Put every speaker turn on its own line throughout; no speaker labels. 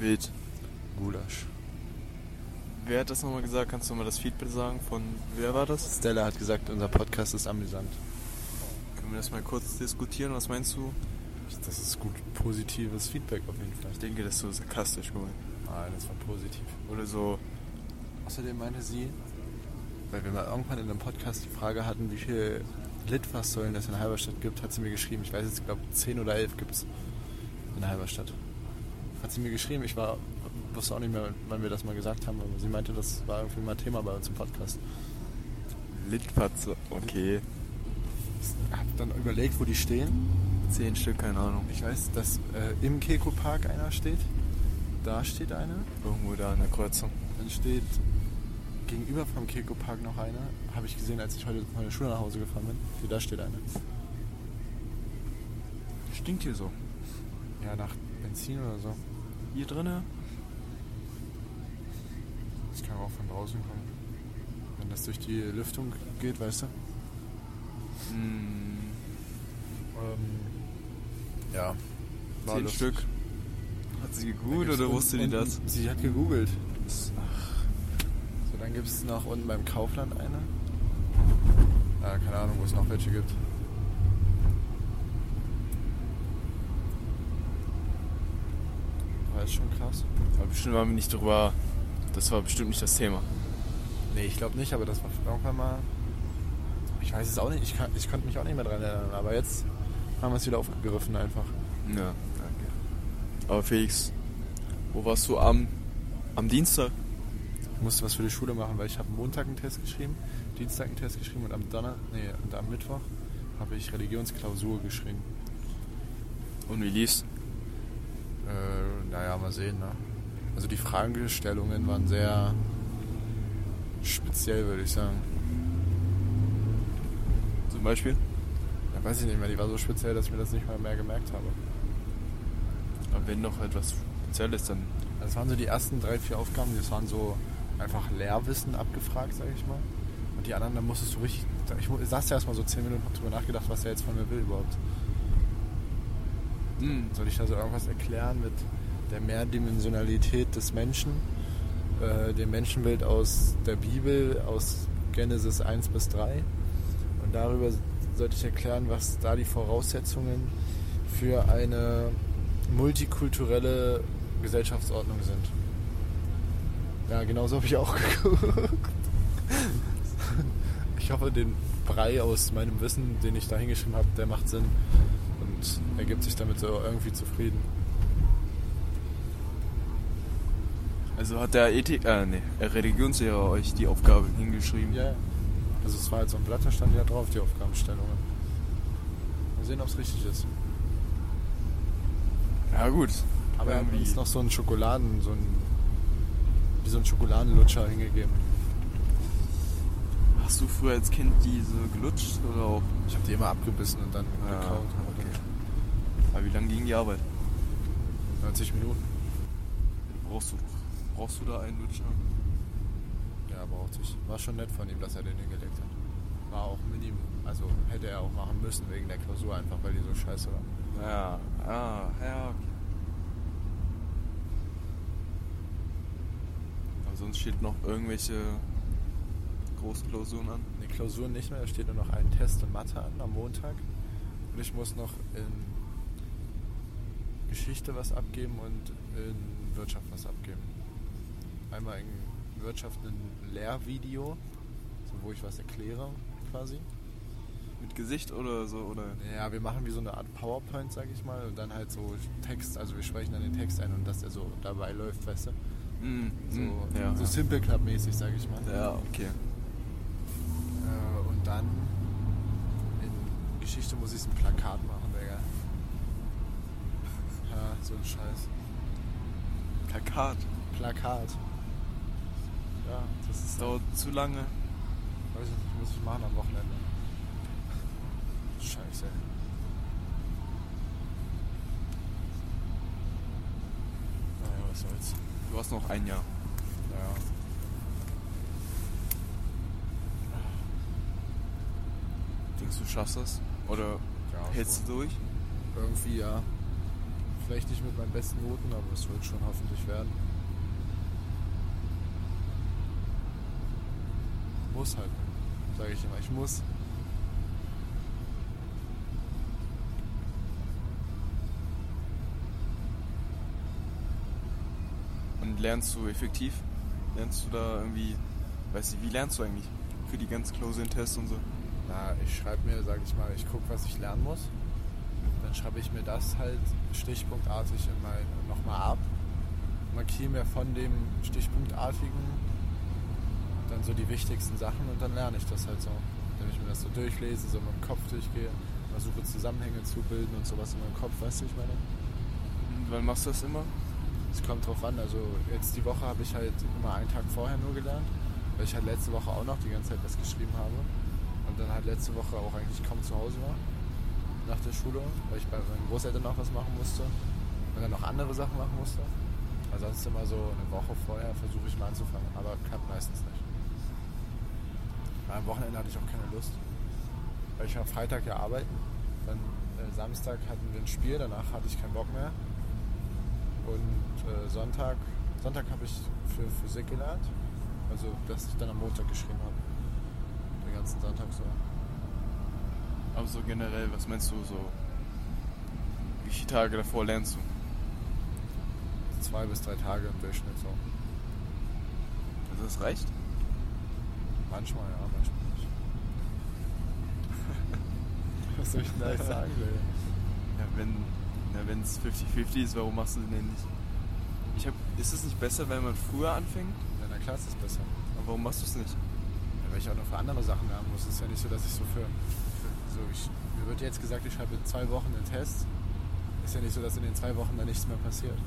Wild.
Gulasch.
Wer hat das nochmal gesagt? Kannst du mal das Feedback sagen? Von wer war das?
Stella hat gesagt, unser Podcast ist amüsant.
Können wir das mal kurz diskutieren? Was meinst du?
Das ist gut positives Feedback auf jeden Fall.
Ich denke, das ist so sarkastisch gemeint.
Nein, das war positiv.
Oder so.
Außerdem meinte sie, weil wir mal irgendwann in einem Podcast die Frage hatten, wie viele Litfaßsäulen es in Halberstadt gibt, hat sie mir geschrieben. Ich weiß jetzt, ich glaube, 10 oder 11 gibt es in Halberstadt. Hat sie mir geschrieben. Ich war, wusste auch nicht mehr, wann wir das mal gesagt haben, aber sie meinte, das war irgendwie mal Thema bei uns im Podcast.
Litfatze. Okay.
Ich habe dann überlegt, wo die stehen.
Zehn Stück, keine Ahnung.
Ich weiß, dass äh, im Keko Park einer steht. Da steht eine.
Irgendwo da an der Kreuzung.
Dann steht gegenüber vom Keko Park noch eine. Habe ich gesehen, als ich heute von der Schule nach Hause gefahren bin. Hier, da steht eine.
Stinkt hier so.
Ja, nach Benzin oder so.
Hier drinne?
Das kann auch von draußen kommen. Wenn das durch die Lüftung geht, weißt du?
Hm,
Ähm, ja. War
zehn
lustig.
Stück. Hat sie gegoogelt
Dann
oder
gibt's
wusste die
unten-
das?
Sie hat gegoogelt. So, dann gibt es noch unten beim Kaufland eine. Ah, keine Ahnung, wo es noch welche gibt. War das schon krass?
Aber bestimmt waren wir nicht drüber. Das war bestimmt nicht das Thema.
Nee, ich glaube nicht, aber das war irgendwann mal. Ich weiß es auch nicht, ich, kann, ich konnte mich auch nicht mehr dran erinnern, aber jetzt haben wir es wieder aufgegriffen einfach.
Ja, danke. Aber Felix, wo warst du am, am Dienstag?
Ich musste was für die Schule machen, weil ich habe Montag einen Test geschrieben, Dienstag einen Test geschrieben und am Donner, nee, und am Mittwoch habe ich Religionsklausur geschrieben.
Und wie lief's?
Äh, naja, mal sehen, ne? Also die Fragestellungen waren sehr speziell, würde ich sagen.
Zum Beispiel?
Ja, weiß ich nicht mehr, die war so speziell, dass ich mir das nicht mal mehr gemerkt habe.
Aber wenn noch etwas Spezielles, dann
Das Also waren so die ersten drei, vier Aufgaben, das waren so einfach Lehrwissen abgefragt, sag ich mal. Und die anderen, da musstest du richtig. Ich mu- saß ja erstmal so zehn Minuten und hab drüber nachgedacht, was er jetzt von mir will überhaupt.
hm,
Soll ich da so irgendwas erklären mit der Mehrdimensionalität des Menschen, äh, dem Menschenbild aus der Bibel, aus Genesis 1 bis 3? Und darüber sollte ich erklären, was da die Voraussetzungen für eine multikulturelle Gesellschaftsordnung sind. Ja, genauso habe ich auch geguckt. Ich hoffe, den Brei aus meinem Wissen, den ich da hingeschrieben habe, der macht Sinn und ergibt sich damit so irgendwie zufrieden.
Also hat der Ethik, äh, nee, der Religionslehrer euch die Aufgabe hingeschrieben.
Ja, ja. Also es war halt so ein Blatt, da stand ja drauf, die Aufgabenstellungen. Mal sehen, ob es richtig ist.
Ja, gut.
Aber er hat
Irgendwie-
uns noch so einen Schokoladen, so einen, wie so einen Schokoladenlutscher hingegeben.
Hast du früher als Kind diese gelutscht oder auch?
Ich habe die immer abgebissen und dann
Ah,
gekaut.
okay. Aber wie lange ging die Arbeit?
90 Minuten.
Brauchst du, brauchst du da einen Lutscher?
Ja, brauchte ich. War schon nett von ihm, dass er den hingelegt hat. War auch Minimum. Also hätte er auch machen müssen wegen der Klausur einfach, weil die so scheiße war.
Ja, ah, ja, okay. Aber sonst steht noch irgendwelche Großklausuren an?
eine Klausur nicht mehr, da steht nur noch ein Test in Mathe an am Montag. Und ich muss noch in Geschichte was abgeben und in Wirtschaft was abgeben. Einmal in Wirtschaft ein Lehrvideo, so wo ich was erkläre quasi.
Mit Gesicht oder so, oder?
Ja, wir machen wie so eine Art PowerPoint, sag ich mal, und dann halt so Text, also wir sprechen dann den Text ein und dass der so dabei läuft, weißt du?
Mm,
So,
mm, ja.
so Simple Club mäßig, sag ich mal.
ja, okay.
Äh, und dann in Geschichte muss ich ein Plakat machen, Digga. Ja, so ein Scheiß.
Plakat.
Plakat. Ja, das
Das
ist
dauert zu lange.
Weiß ich nicht, muss ich machen am Wochenende. Scheiße. Naja, was soll's.
Du hast noch ein Jahr.
Naja.
Denkst du, schaffst das? Oder
Ja,
hältst
schon.
du durch?
Irgendwie ja. Vielleicht nicht mit meinen besten Noten, aber es wird schon hoffentlich werden. Muss halt, sage ich immer. Ich muss.
Und lernst du effektiv? Lernst du da irgendwie, weißt du, wie lernst du eigentlich für die ganz close Tests und so?
Na, ich schreibe mir, sage ich mal, ich gucke, was ich lernen muss. Dann schreibe ich mir das halt stichpunktartig in mein, nochmal ab. Markiere mir von dem Stichpunktartigen dann so die wichtigsten Sachen und dann lerne ich das halt so. Wenn ich mir das so durchlese, so mit dem Kopf durchgehe, versuche Zusammenhänge zu bilden und sowas in meinem Kopf, weißt du, ich meine?
Und wann machst du das immer?
Es kommt drauf an. Also jetzt die Woche habe ich halt immer einen Tag vorher nur gelernt, weil ich halt letzte Woche auch noch die ganze Zeit was geschrieben habe. Und dann halt letzte Woche auch eigentlich kaum zu Hause war, nach der Schule, weil ich bei meinen Großeltern noch was machen musste und dann noch andere Sachen machen musste. Also sonst immer so eine Woche vorher versuche ich mal anzufangen, aber klappt meistens nicht. Weil am Wochenende hatte ich auch keine Lust, weil ich war Freitag ja arbeiten. Dann äh, Samstag hatten wir ein Spiel, danach hatte ich keinen Bock mehr. Und äh, Sonntag, Sonntag habe ich für Physik gelernt. Also, dass ich dann am Montag geschrieben habe. Den ganzen Sonntag so.
Aber so generell, was meinst du so? Wie viele Tage davor lernst du?
Zwei bis drei Tage im Durchschnitt so.
Also das reicht?
Manchmal ja, manchmal nicht. was soll ich denn da jetzt sagen, will?
Ja, wenn wenn es 50-50 ist, warum machst du es denn nicht? Ich hab, ist es nicht besser, wenn man früher anfängt?
Ja, na klar ist es besser.
Aber warum machst du es nicht?
Ja, weil ich auch noch für andere Sachen lernen muss. Es ist ja nicht so, dass ich so für. für so ich, mir wird jetzt gesagt, ich schreibe in zwei Wochen einen Test. Ist ja nicht so, dass in den zwei Wochen da nichts mehr passiert.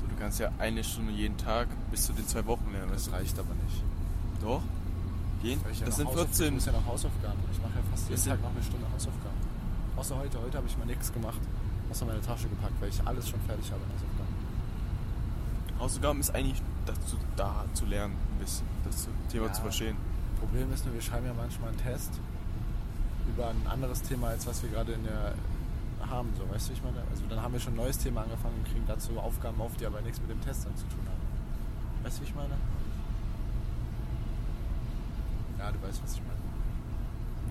So, du kannst ja eine Stunde jeden Tag bis zu den zwei Wochen lernen.
Das
weißt
reicht aber nicht.
du? Doch? Jeden?
Weil ich ja
das
noch
sind
Hausauf-
14.
Ich muss ja noch Hausaufgaben. Ich mache ja fast jeden
Das sind-
Tag noch eine Stunde Hausaufgaben. Außer heute. Heute habe ich mal nichts gemacht. Außer meine Tasche gepackt, weil ich alles schon fertig habe in Hausaufgaben.
Hausaufgaben ist eigentlich dazu da, zu lernen, ein bisschen. Das Thema
Ja.
zu verstehen.
Problem ist nur, wir schreiben ja manchmal einen Test über ein anderes Thema, als was wir gerade in der haben, so weißt du, ich meine, also dann haben wir schon ein neues Thema angefangen und kriegen dazu Aufgaben auf, die aber nichts mit dem Test dann zu tun haben. Weißt du, wie ich meine? Ja, du weißt, was ich meine.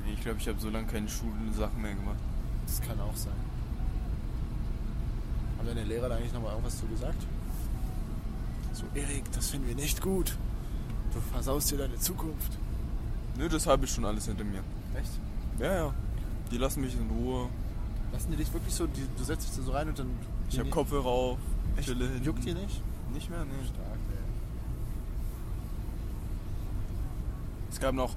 Nee, Ich glaube, ich habe so lange keine Schulensachen mehr gemacht.
Das kann auch sein. Haben deine Lehrer da eigentlich nochmal irgendwas zu gesagt? So, Erik, das finden wir nicht gut. Du versaust dir deine Zukunft.
Nö, das habe ich schon alles hinter mir.
Echt?
Ja, ja. Die lassen mich in Ruhe.
Lassen die dich wirklich so, die, du setzt dich da so rein und dann.
Ich habe Kopfhörer auf.
Mhm. Echt?
chille hinten.
Juckt die nicht?
Nicht mehr, nee.
Stark, ey.
Es gab noch,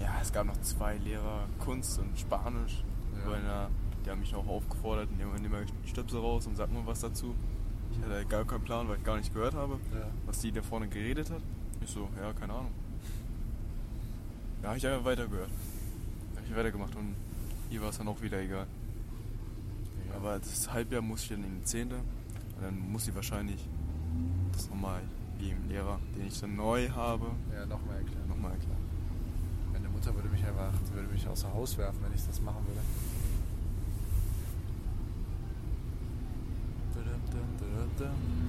ja, es gab noch zwei Lehrer Kunst und Spanisch.
Ja.
Weil, na, die haben mich noch aufgefordert, nehmen wir nehmen wir die Stöpsel raus und sag mal was dazu. Ich hatte halt gar keinen Plan, weil ich gar nicht gehört habe,
Ja.
was die da vorne geredet hat. Ich so, ja, keine Ahnung. Da habe ich einfach weitergehört. Da habe ich weitergemacht und hier war es dann auch wieder egal. Aber das Halbjahr muss ich dann in die Zehnte und dann muss ich wahrscheinlich das nochmal dem Lehrer, den ich dann neu habe,
Ja, nochmal erklären.
nochmal erklären.
Meine Mutter würde mich einfach, sie würde mich außer Haus werfen, wenn ich das machen würde.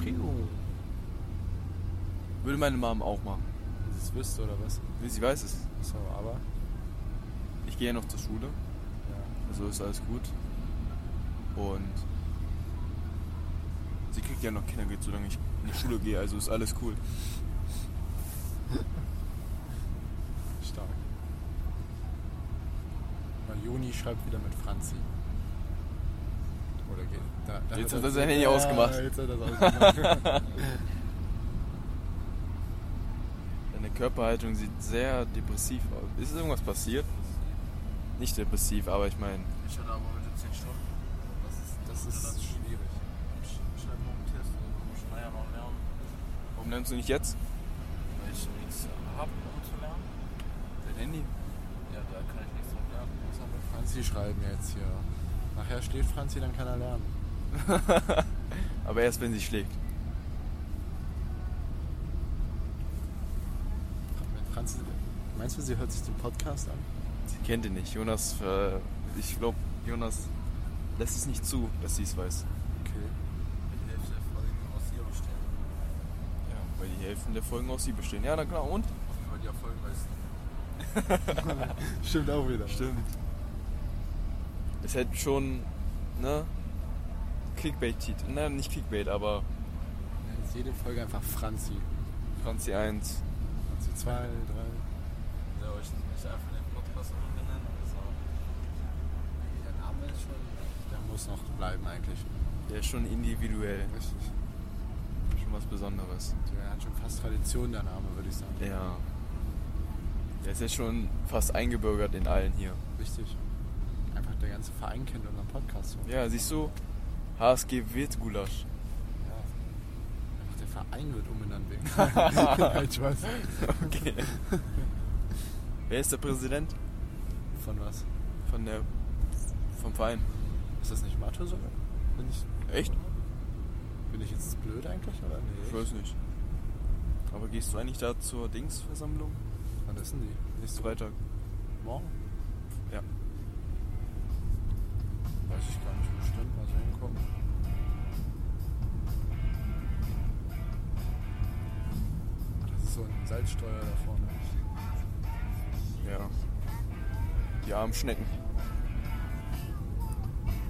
Prio.
Würde meine Mom auch machen.
Wenn sie es wüsste oder was?
Sie weiß es.
So, aber.
Ich gehe ja noch zur Schule,
Ja.
also ist alles gut. Und sie kriegt ja noch Kindergeld, solange ich in die Schule gehe, also ist alles cool.
Stark. Mal Juni schreibt wieder mit Franzi. Oder geht. Da, da
Jetzt hat er sein Handy ausgemacht.
Jetzt hat er es ausgemacht.
Deine Körperhaltung sieht sehr depressiv aus. Ist irgendwas passiert? Nicht depressiv, aber ich meine,
Ich hatte aber heute 10 Stunden.
das ist, das ist schwierig.
Ich schreibe noch einen Test und naja, noch lernen.
warum lernst du nicht jetzt?
Weil ich nichts habe, um zu lernen.
Dein Handy?
Ja, da kann ich halt nichts drauf lernen.
Muss aber Franzi schreiben jetzt hier. Nachher steht Franzi, dann kann er lernen.
aber erst wenn sie schlägt.
Wenn Franzi, meinst du, sie hört sich den Podcast an?
Sie kennt ihn nicht. Jonas, äh, ich glaube, Jonas lässt es nicht zu, dass sie es weiß.
Okay.
Weil die Hälfte der Folgen aus ihr bestehen.
Ja, weil die Hälften der Folgen aus sie bestehen. Ja, na klar, und?
Weil die Erfolgen leisten.
Stimmt auch wieder.
Es hätte schon, ne? Clickbait-Titel. Nein, nicht Clickbait, aber
Dann ist jede Folge einfach Franzi.
Franzi 1.
Franzi 2, 3.
Ja, aber ich ich einfach den Podcast umbenennen. Also, der Name ist schon.
Der muss noch bleiben eigentlich.
Der ist schon individuell.
Richtig.
Schon was Besonderes.
Der hat schon fast Tradition, der Name, würde ich sagen.
Ja. Der ist ja schon fast eingebürgert in allen hier.
Richtig. Einfach der ganze Verein kennt unseren Podcast. so.
Ja, siehst du? HSG Wildgulasch.
Ja. Einfach der Verein wird umbenannt wegen. Nein, Spaß.
Okay. Wer ist der Präsident
Von was?
von der vom Verein?
Ist das nicht Mathe sogar? Bin ich,
Echt?
Bin ich jetzt blöd eigentlich oder nee?
Ich weiß nicht. Aber gehst du eigentlich da zur Dingsversammlung?
Wann ist denn die?
Nächsten Freitag.
Morgen?
Ja.
Weiß ich gar nicht bestimmt. Mal so hingucken. Das ist so ein Salzsteuer da vorne.
Ja. Die armen Schnecken.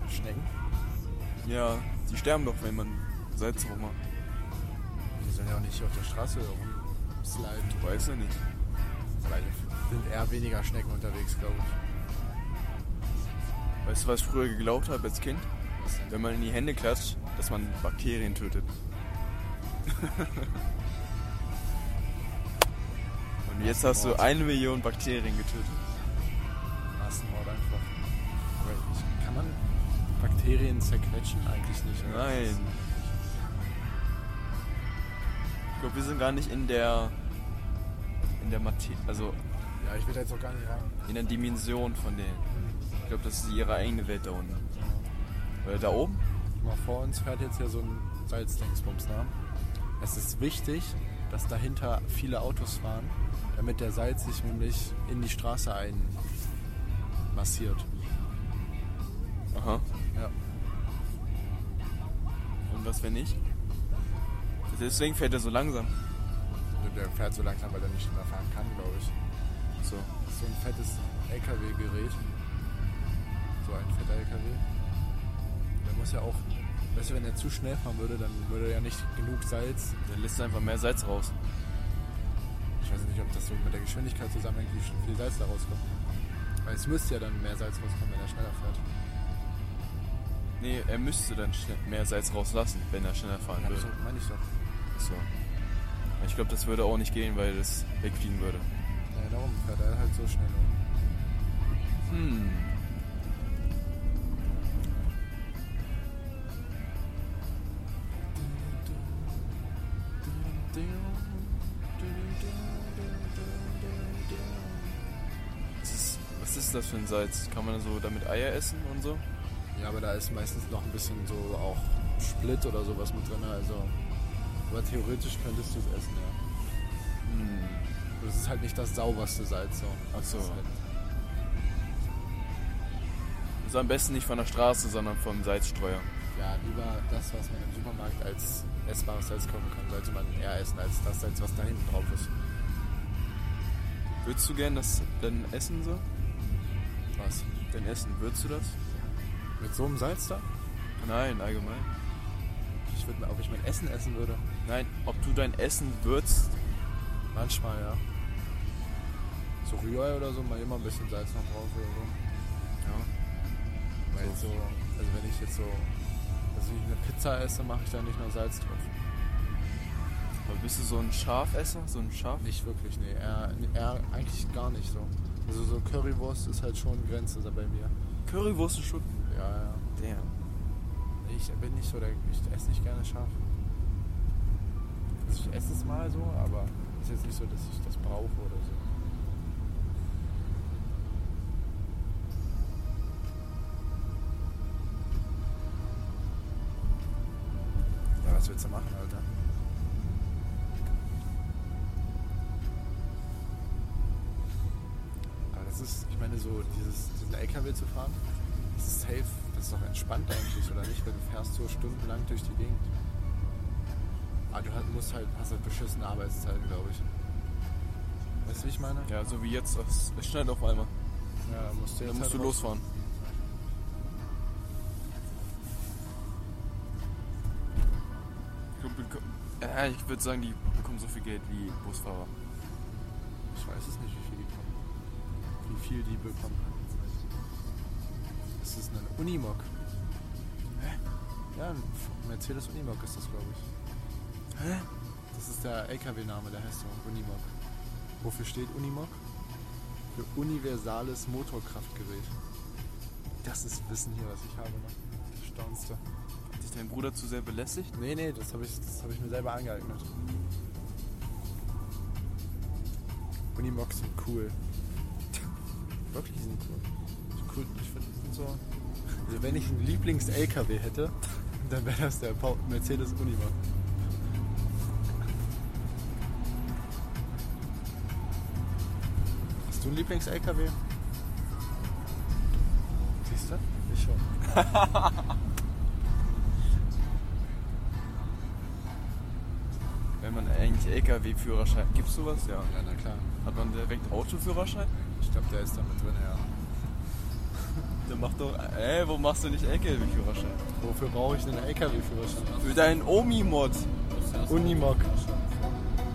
Schnecken?
Ja, die sterben doch, wenn man Salz drauf macht.
Die sollen ja auch nicht auf der Straße rumsliden.
Du weißt ja nicht.
Aber hier sind eher weniger Schnecken unterwegs, glaube ich.
Weißt du, was ich früher geglaubt habe als Kind?
Was denn?
Wenn man in die Hände klatscht, dass man Bakterien tötet. Und jetzt hast du eine Million Bakterien getötet.
Massenmord einfach. Aber ich, kann man Bakterien zerquetschen? Eigentlich nicht. oder?
Nein. Ich glaube, wir sind gar nicht in der. in der Materie. also
Ja, ich will da jetzt auch gar nicht rein.
in der Dimension von denen. Ich glaube, das ist ihre eigene Welt da unten. Oder da oben?
Guck Mal vor uns fährt jetzt ja so ein Salzdingsbums nach. Es ist wichtig, dass dahinter viele Autos fahren, damit der Salz sich nämlich in die Straße einmassiert.
Aha.
Ja.
Und was, wenn nicht? Deswegen fährt er so langsam.
Der fährt so langsam, weil er nicht schneller fahren kann, glaube ich.
So.
Das ist so ein fettes LKW-Gerät. So ein fetter LKW. Der muss ja auch, weißt du, wenn er zu schnell fahren würde, dann würde er ja nicht genug Salz.
Dann lässt er einfach mehr Salz raus.
Ich weiß nicht, ob das so mit der Geschwindigkeit zusammenhängt, wie viel Salz da rauskommt. Weil es müsste ja dann mehr Salz rauskommen, wenn er schneller fährt.
Nee, er müsste dann schnell mehr Salz rauslassen, wenn er schneller fahren
Ja, so
würde.
Also, meine ich doch.
So. Ich glaube, das würde auch nicht gehen, weil das wegfliegen würde.
Ja, darum fährt er halt so schnell. um.
Hm. äh, Was ist, was ist das für ein Salz? Kann man so damit Eier essen und so?
Ja, aber da ist meistens noch ein bisschen so auch Split oder sowas mit drin. Also, aber theoretisch könntest du es essen, ja.
Hm.
Das ist halt nicht das sauberste Salz. So.
Ach
Das
so.
ist Halt,
Also am besten nicht von der Straße, sondern vom Salzstreuer.
ja, lieber das, was man im Supermarkt als essbares Salz kaufen kann, sollte man eher essen als das Salz, was da hinten drauf ist.
Würdest du gern das denn essen so?
Was?
Denn essen, würdest du das?
Mit so einem Salz da?
Nein, allgemein.
Ich würde, ob ich mein Essen essen würde?
Nein, ob du dein Essen würzt.
Manchmal, ja. So Rührei oder so, mal immer ein bisschen Salz noch drauf oder so.
Ja.
Weil
So.
so, also wenn ich jetzt so, also wenn ich eine Pizza esse, mache ich da nicht nur Salz drauf.
Aber bist du so ein Schafesser? So ein Schaf?
Nicht wirklich, nee, eher, eher eigentlich gar nicht so. Also so Currywurst ist halt schon Grenze da bei mir.
Currywurst ist schon.
Ja, ja.
Damn.
Ich bin nicht so der. Ich esse nicht gerne scharf. Also ich esse es mal so, aber es ist jetzt nicht so, dass ich das brauche oder so. Ja, was willst du machen, Alter? Aber das ist, ich meine, so dieses, diesen LKW zu fahren, das ist safe. Das Das ist doch entspannt eigentlich, oder nicht? Weil du fährst so stundenlang durch die Gegend. Aber du halt- musst halt, hast halt beschissene Arbeitszeiten, glaube ich. Weißt du, wie ich meine?
Ja, so wie jetzt, es es schneit auf einmal.
Ja, musst du
Dann
jetzt
musst
halt
du
raus-
losfahren. Ich glaub, wir ko- Äh, Ich würde sagen, die bekommen so viel Geld wie Busfahrer.
Ich weiß es nicht, wie viel die bekommen. Wie viel die bekommen. Das ist ein Unimog. Hä? Ja, ein Mercedes Unimog ist das, glaube ich.
Hä?
Das ist der LKW-Name, der heißt so Unimog. Wofür steht Unimog? Für universales Motorkraftgerät. Das ist Wissen hier, was ich habe. Ne? Staunst du?
Hat dich dein Bruder zu sehr belästigt?
Nee, nee, das habe ich, das hab ich mir selber angeeignet. Unimogs sind cool. Wirklich die sind cool. Die cool ich finde, die sind so. Also wenn ich einen Lieblings-LKW hätte, dann wäre das der Pau- Mercedes Unimog. Hast du einen Lieblings-LKW? Siehst du? Ich schon.
Wenn man eigentlich LKW-Führerschein. Gibt's sowas? Ja.
Ja, na klar.
Hat man direkt Autoführerschein?
Ich glaube, der ist da mit drin, ja.
Dann mach doch. Ey, wo machst du nicht LKW-Führerschein?
Wofür brauche ich denn einen LKW-Führerschein?
Für deinen Omi-Mod.
Unimog.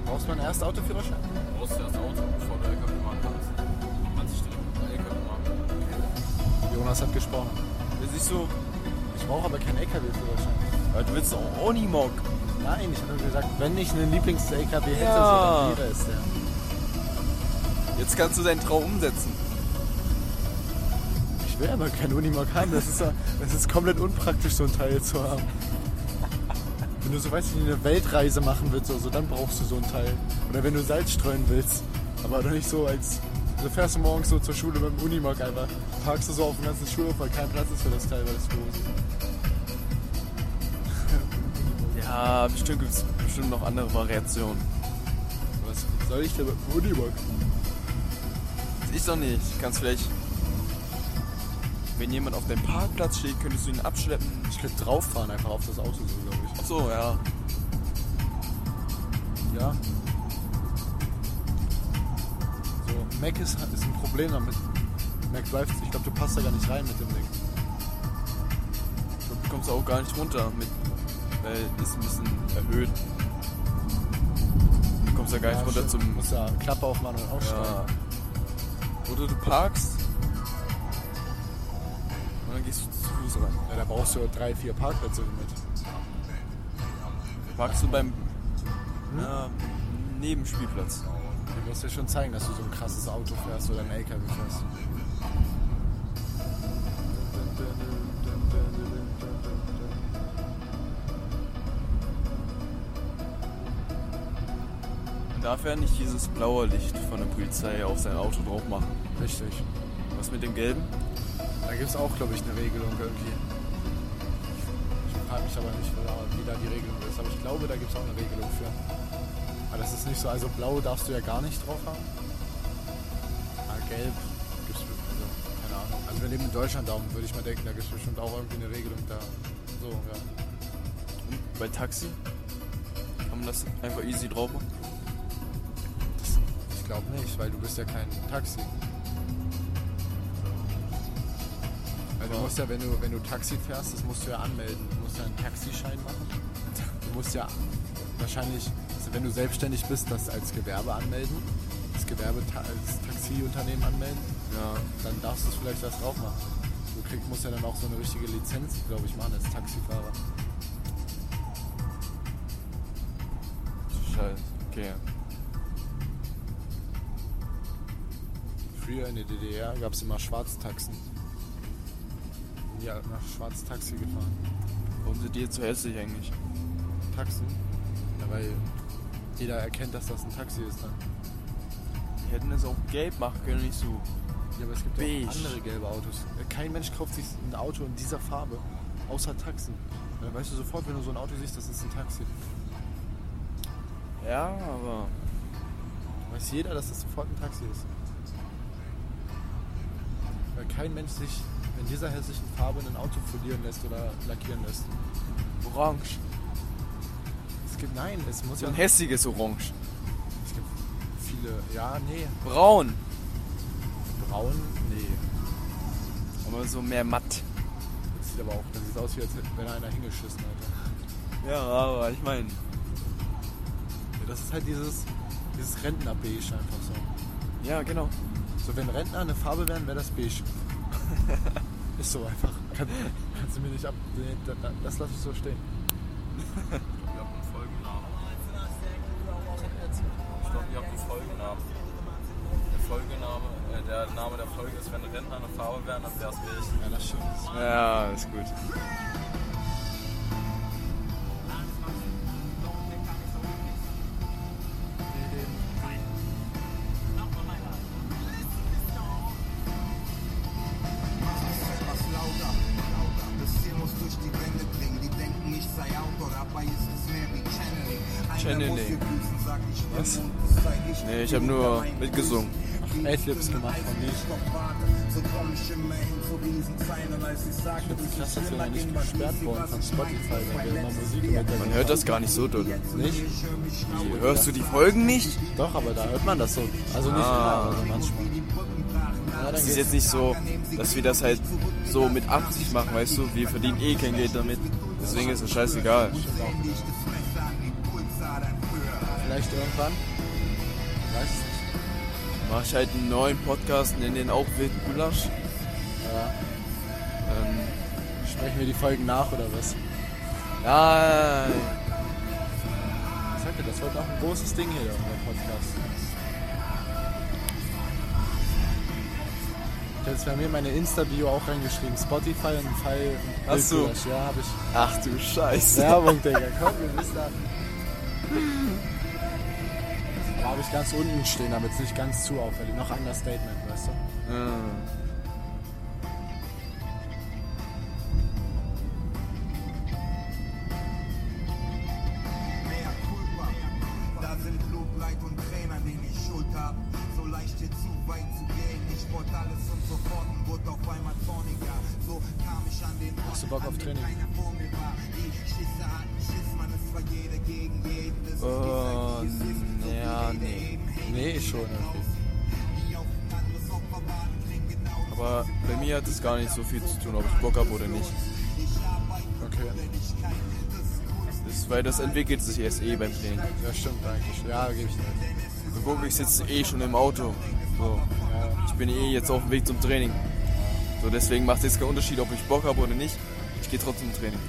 Brauchst du einen ersten Autoführerschein?
Du brauchst ja das Auto, bevor du LKW fahren kannst. Man sich direkt mit der LKW machen.
Jonas hat gesprochen.
Das ist so.
Ich brauche aber keinen LKW-Führerschein.
Ja, du willst doch Unimog.
Nein, ich habe nur gesagt, wenn ich einen Lieblings-LKW hätte,
Ja.
so dann wäre es der.
Jetzt kannst du deinen Traum umsetzen.
Ich will aber keinen Unimog haben. Das ist, ja- das ist komplett unpraktisch, so ein Teil zu haben. Wenn du so weißt, wie du eine Weltreise machen willst, oder so, dann brauchst du so ein Teil. Oder wenn du Salz streuen willst. Aber doch nicht so, als du fährst du morgens so zur Schule mit dem Unimog einfach. Parkst du so auf dem ganzen Schulhof, weil kein Platz ist für das Teil, weil das groß ist.
Ja, bestimmt gibt's bestimmt noch andere Variationen.
Was soll ich denn mit dem Unimog?
Ich doch nicht. Kannst vielleicht. Wenn jemand auf deinem Parkplatz steht, könntest du ihn abschleppen.
Ich könnte drauffahren einfach auf das Auto, so glaube ich.
Achso, ja.
Ja. So, Mac ist, ist ein Problem damit. Mac drives, ich glaube, du passt da gar nicht rein mit dem Ding.
Du kommst auch gar nicht runter mit. Weil ist ein bisschen erhöht. Du kommst ja gar nicht runter
stimmt.
zum.
Muss ja Klappe aufmachen und
Ja.
aussteigen.
Oder du parkst. Und dann gehst du zu Fuß rein.
Ja. da brauchst du drei, vier Parkplätze mit.
Parkst du beim.
Hm?
Ja, Nebenspielplatz.
Du musst ja schon zeigen, dass du so ein krasses Auto fährst oder ein LKW fährst.
Man darf ja nicht dieses blaue Licht von der Polizei auf sein Auto drauf machen.
Richtig.
Was mit dem gelben?
Da gibt es auch, glaube ich, eine Regelung irgendwie. Ich frage mich aber nicht, genau, wie da die Regelung ist. Aber ich glaube, da gibt es auch eine Regelung für. Aber das ist nicht so, also blau darfst du ja gar nicht drauf haben. Ah, gelb gibt es, also keine Ahnung. Also wir leben in Deutschland, darum würde ich mal denken, da gibt es bestimmt auch irgendwie eine Regelung da. So, ja.
Und bei Taxi? Kann man das einfach easy drauf machen?
Ich glaube nicht, weil du bist ja kein Taxi. Weil du
Ja.
musst ja, wenn du, wenn du Taxi fährst, das musst du ja anmelden. Du musst ja einen Taxischein machen. Du musst ja wahrscheinlich, also wenn du selbstständig bist, das als Gewerbe anmelden. Das Gewerbe ta als Taxiunternehmen anmelden.
Ja.
Dann darfst du es vielleicht erst drauf machen. Du kriegst, musst ja dann auch so eine richtige Lizenz, glaube ich, machen als Taxifahrer.
Scheiße. Okay.
Früher in der DDR gab es immer Schwarztaxen. Ja, nach Schwarztaxi gefahren.
Warum sind die jetzt so hässlich eigentlich?
Taxen. Ja, weil jeder erkennt, dass das ein Taxi ist dann.
Die hätten es auch gelb machen können, nicht so.
Ja, aber es gibt
Beige.
ja auch andere gelbe Autos. Kein Mensch kauft sich ein Auto in dieser Farbe, außer Taxen. Dann weißt du sofort, wenn du so ein Auto siehst, das ist ein Taxi.
Ja, aber.
Dann Weiß jeder, dass das sofort ein Taxi ist. Weil kein Mensch sich in dieser hässlichen Farbe ein Auto folieren lässt oder lackieren lässt.
Orange.
Es gibt, nein, es muss
So
ja.
ein hässiges Orange.
Es gibt viele, ja, nee,
Braun.
braun, nee.
Aber so mehr matt.
Das sieht aber auch, das sieht aus, wie als hätte- wenn einer hingeschissen hätte.
Ja, aber ich meine.
Das ist halt dieses, dieses Rentner-Beige einfach so.
Ja, genau.
So, wenn Rentner eine Farbe wären, wäre das beige. ist so einfach. Kann, kannst du mir nicht ab. Nee, da- da- das lasse ich so stehen.
Ich glaube, einen Folgennamen. Ich glaube, ihr habt einen Folgennamen. Der Folgename, äh, der Name der Folge ist, wenn Rentner eine Farbe wären, dann wär's ich.
Ja, das stimmt.
Ja, ist gut.
Das Ziel muss durch die Wände dringen. Die denken, ich sei Autor, dabei ist es mehr wie Channeling. Einer
Channeling.
muss hier büßen, sag ich bin
Was?
und das zeig ich.
Nee, ich hab nur mitgesungen.
Adlibs gemacht von mir.
So komm ich immer hin zu Riesenzeilen, als ich sagte,
find's
ich
krass, dass wir
schlimmer
noch nicht
ging, war
gesperrt
Lucy,
worden
was
von
ich
Spotify,
meinte,
weil
zwei
wir immer
letztes
Musik im
Bier.
Hintergrund
Man hört das gar nicht so dünn.
Nicht?
Ich hör mich raue
Hörst du die Folgen nicht?
Doch, aber da hört man das so. Also nicht immer, aber so manchmal.
die Brücken brachen
Ja,
Es
dann
Ah. ist
geht's.
jetzt nicht so, dass wir das halt so mit Absicht machen, weißt du? Wir verdienen eh kein Geld damit. Deswegen ist es scheißegal.
Vielleicht irgendwann? Ich weiß es nicht.
Mach ich halt einen neuen Podcast, nenn den auch Wild Gulasch. Ähm,
Sprechen wir die Folgen nach oder was?
ja,
Ich sagte, das wird auch ein großes Ding hier, der Podcast. Ich hab jetzt bei mir meine Insta-Bio auch reingeschrieben. Spotify und Pfeil.
Ach so.
Bildgulasch. Ja, habe ich.
ach du Scheiße.
Werbung, Digga. Komm, wir müssen da. Da habe ich ganz unten stehen, damit es nicht ganz zu auffällig. Noch Understatement, weißt du?
Ähm,
Da sind Lob, Leid und Tränen, an denen ich Schuld hab. So leicht hier zu weit zu gehen. Ich wollte alles und sofort und wurde auf einmal zorniger. So kam ich an den Ort,
Hast du Bock
an
auf
dem
Training?
keiner vor mir war. Die Schisse hatten Schiss, man, es war jeder gegen jeden. Es ist
Oh,
gesagt, wie es ist. So
ja,
wie jeder
nee.
eben hängt
Nee, schon
raus. Die auf ein anderes Opfer warten, klingt genau das,
Aber
was sie
bei mir hat es gar nicht so viel zu tun, ob ich Bock habe oder nicht.
Okay.
Das ist, weil das entwickelt sich erst eh beim Training.
Ja, stimmt eigentlich. Ja, gebe ich dir.
So guck, ich sitze eh schon im Auto. So,
Ja.
ich bin eh jetzt auf dem Weg zum Training. So, deswegen macht es jetzt keinen Unterschied, ob ich Bock habe oder nicht. Ich gehe trotzdem zum Training.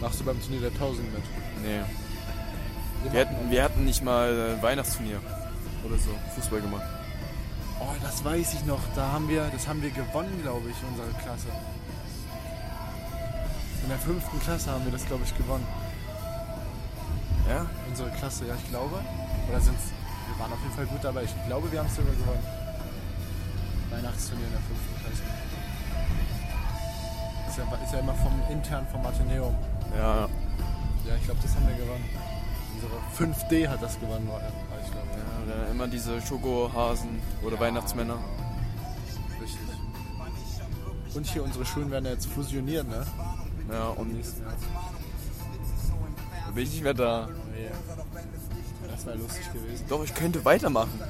Machst du beim Turnier der 1000 mit?
Nee. Wir hatten, wir hatten nicht mal äh, Weihnachtsturnier oder so, Fußball gemacht.
Oh, das weiß ich noch. Da haben wir, das haben wir gewonnen, glaube ich, unsere Klasse. In der fünften Klasse haben wir das, glaube ich, gewonnen.
Ja?
Unsere Klasse, ja, ich glaube. Oder sind's, wir waren auf jeden Fall gut dabei. Ich glaube, wir haben es sogar gewonnen. Weihnachtsturnier in der fünften Klasse. Ist ja, ist ja immer vom intern vom Atheneum.
Ja.
Ja, ich glaube, das haben wir gewonnen. Unsere 5D hat das gewonnen, war, war ich glaube.
Ja, Oder immer diese Schokohasen oder Weihnachtsmänner.
Richtig. Und hier unsere Schulen werden ja jetzt fusioniert, ne?
Ja, und da bin ich nicht mehr da.
Nee. Oh Das wäre lustig gewesen.
Doch, ich könnte weitermachen.
Ja,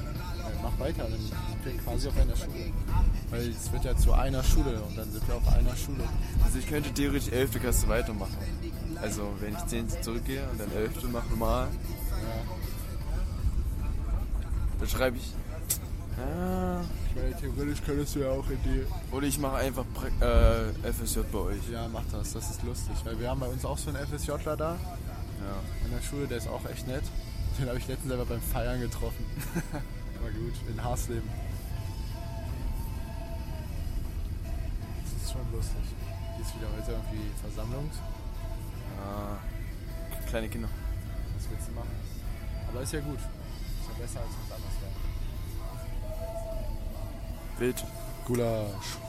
mach weiter, dann sind wir quasi auf einer Schule. Weil es wird ja zu einer Schule und dann sind wir auf einer Schule.
Also ich könnte theoretisch 11. Klasse weitermachen. Also wenn ich 10. zurückgehe und dann 11. mache normal,
Ja.
dann schreibe ich... Ah,
Ich meine, theoretisch könntest du ja auch in die
oder ich mache einfach Prä- äh, FSJ bei euch.
Ja, mach das, das ist lustig. Weil wir haben bei uns auch so einen FSJler da
Ja.
in der Schule, der ist auch echt nett. Den habe ich letztens selber beim Feiern getroffen. War gut, in Haarsleben. Das ist schon lustig. Hier ist wieder heute irgendwie Versammlung.
Ah, kleine Kinder.
Was willst du machen? Aber ist ja gut. Ist ja besser als was anderes wäre.
Wild.
Gulasch.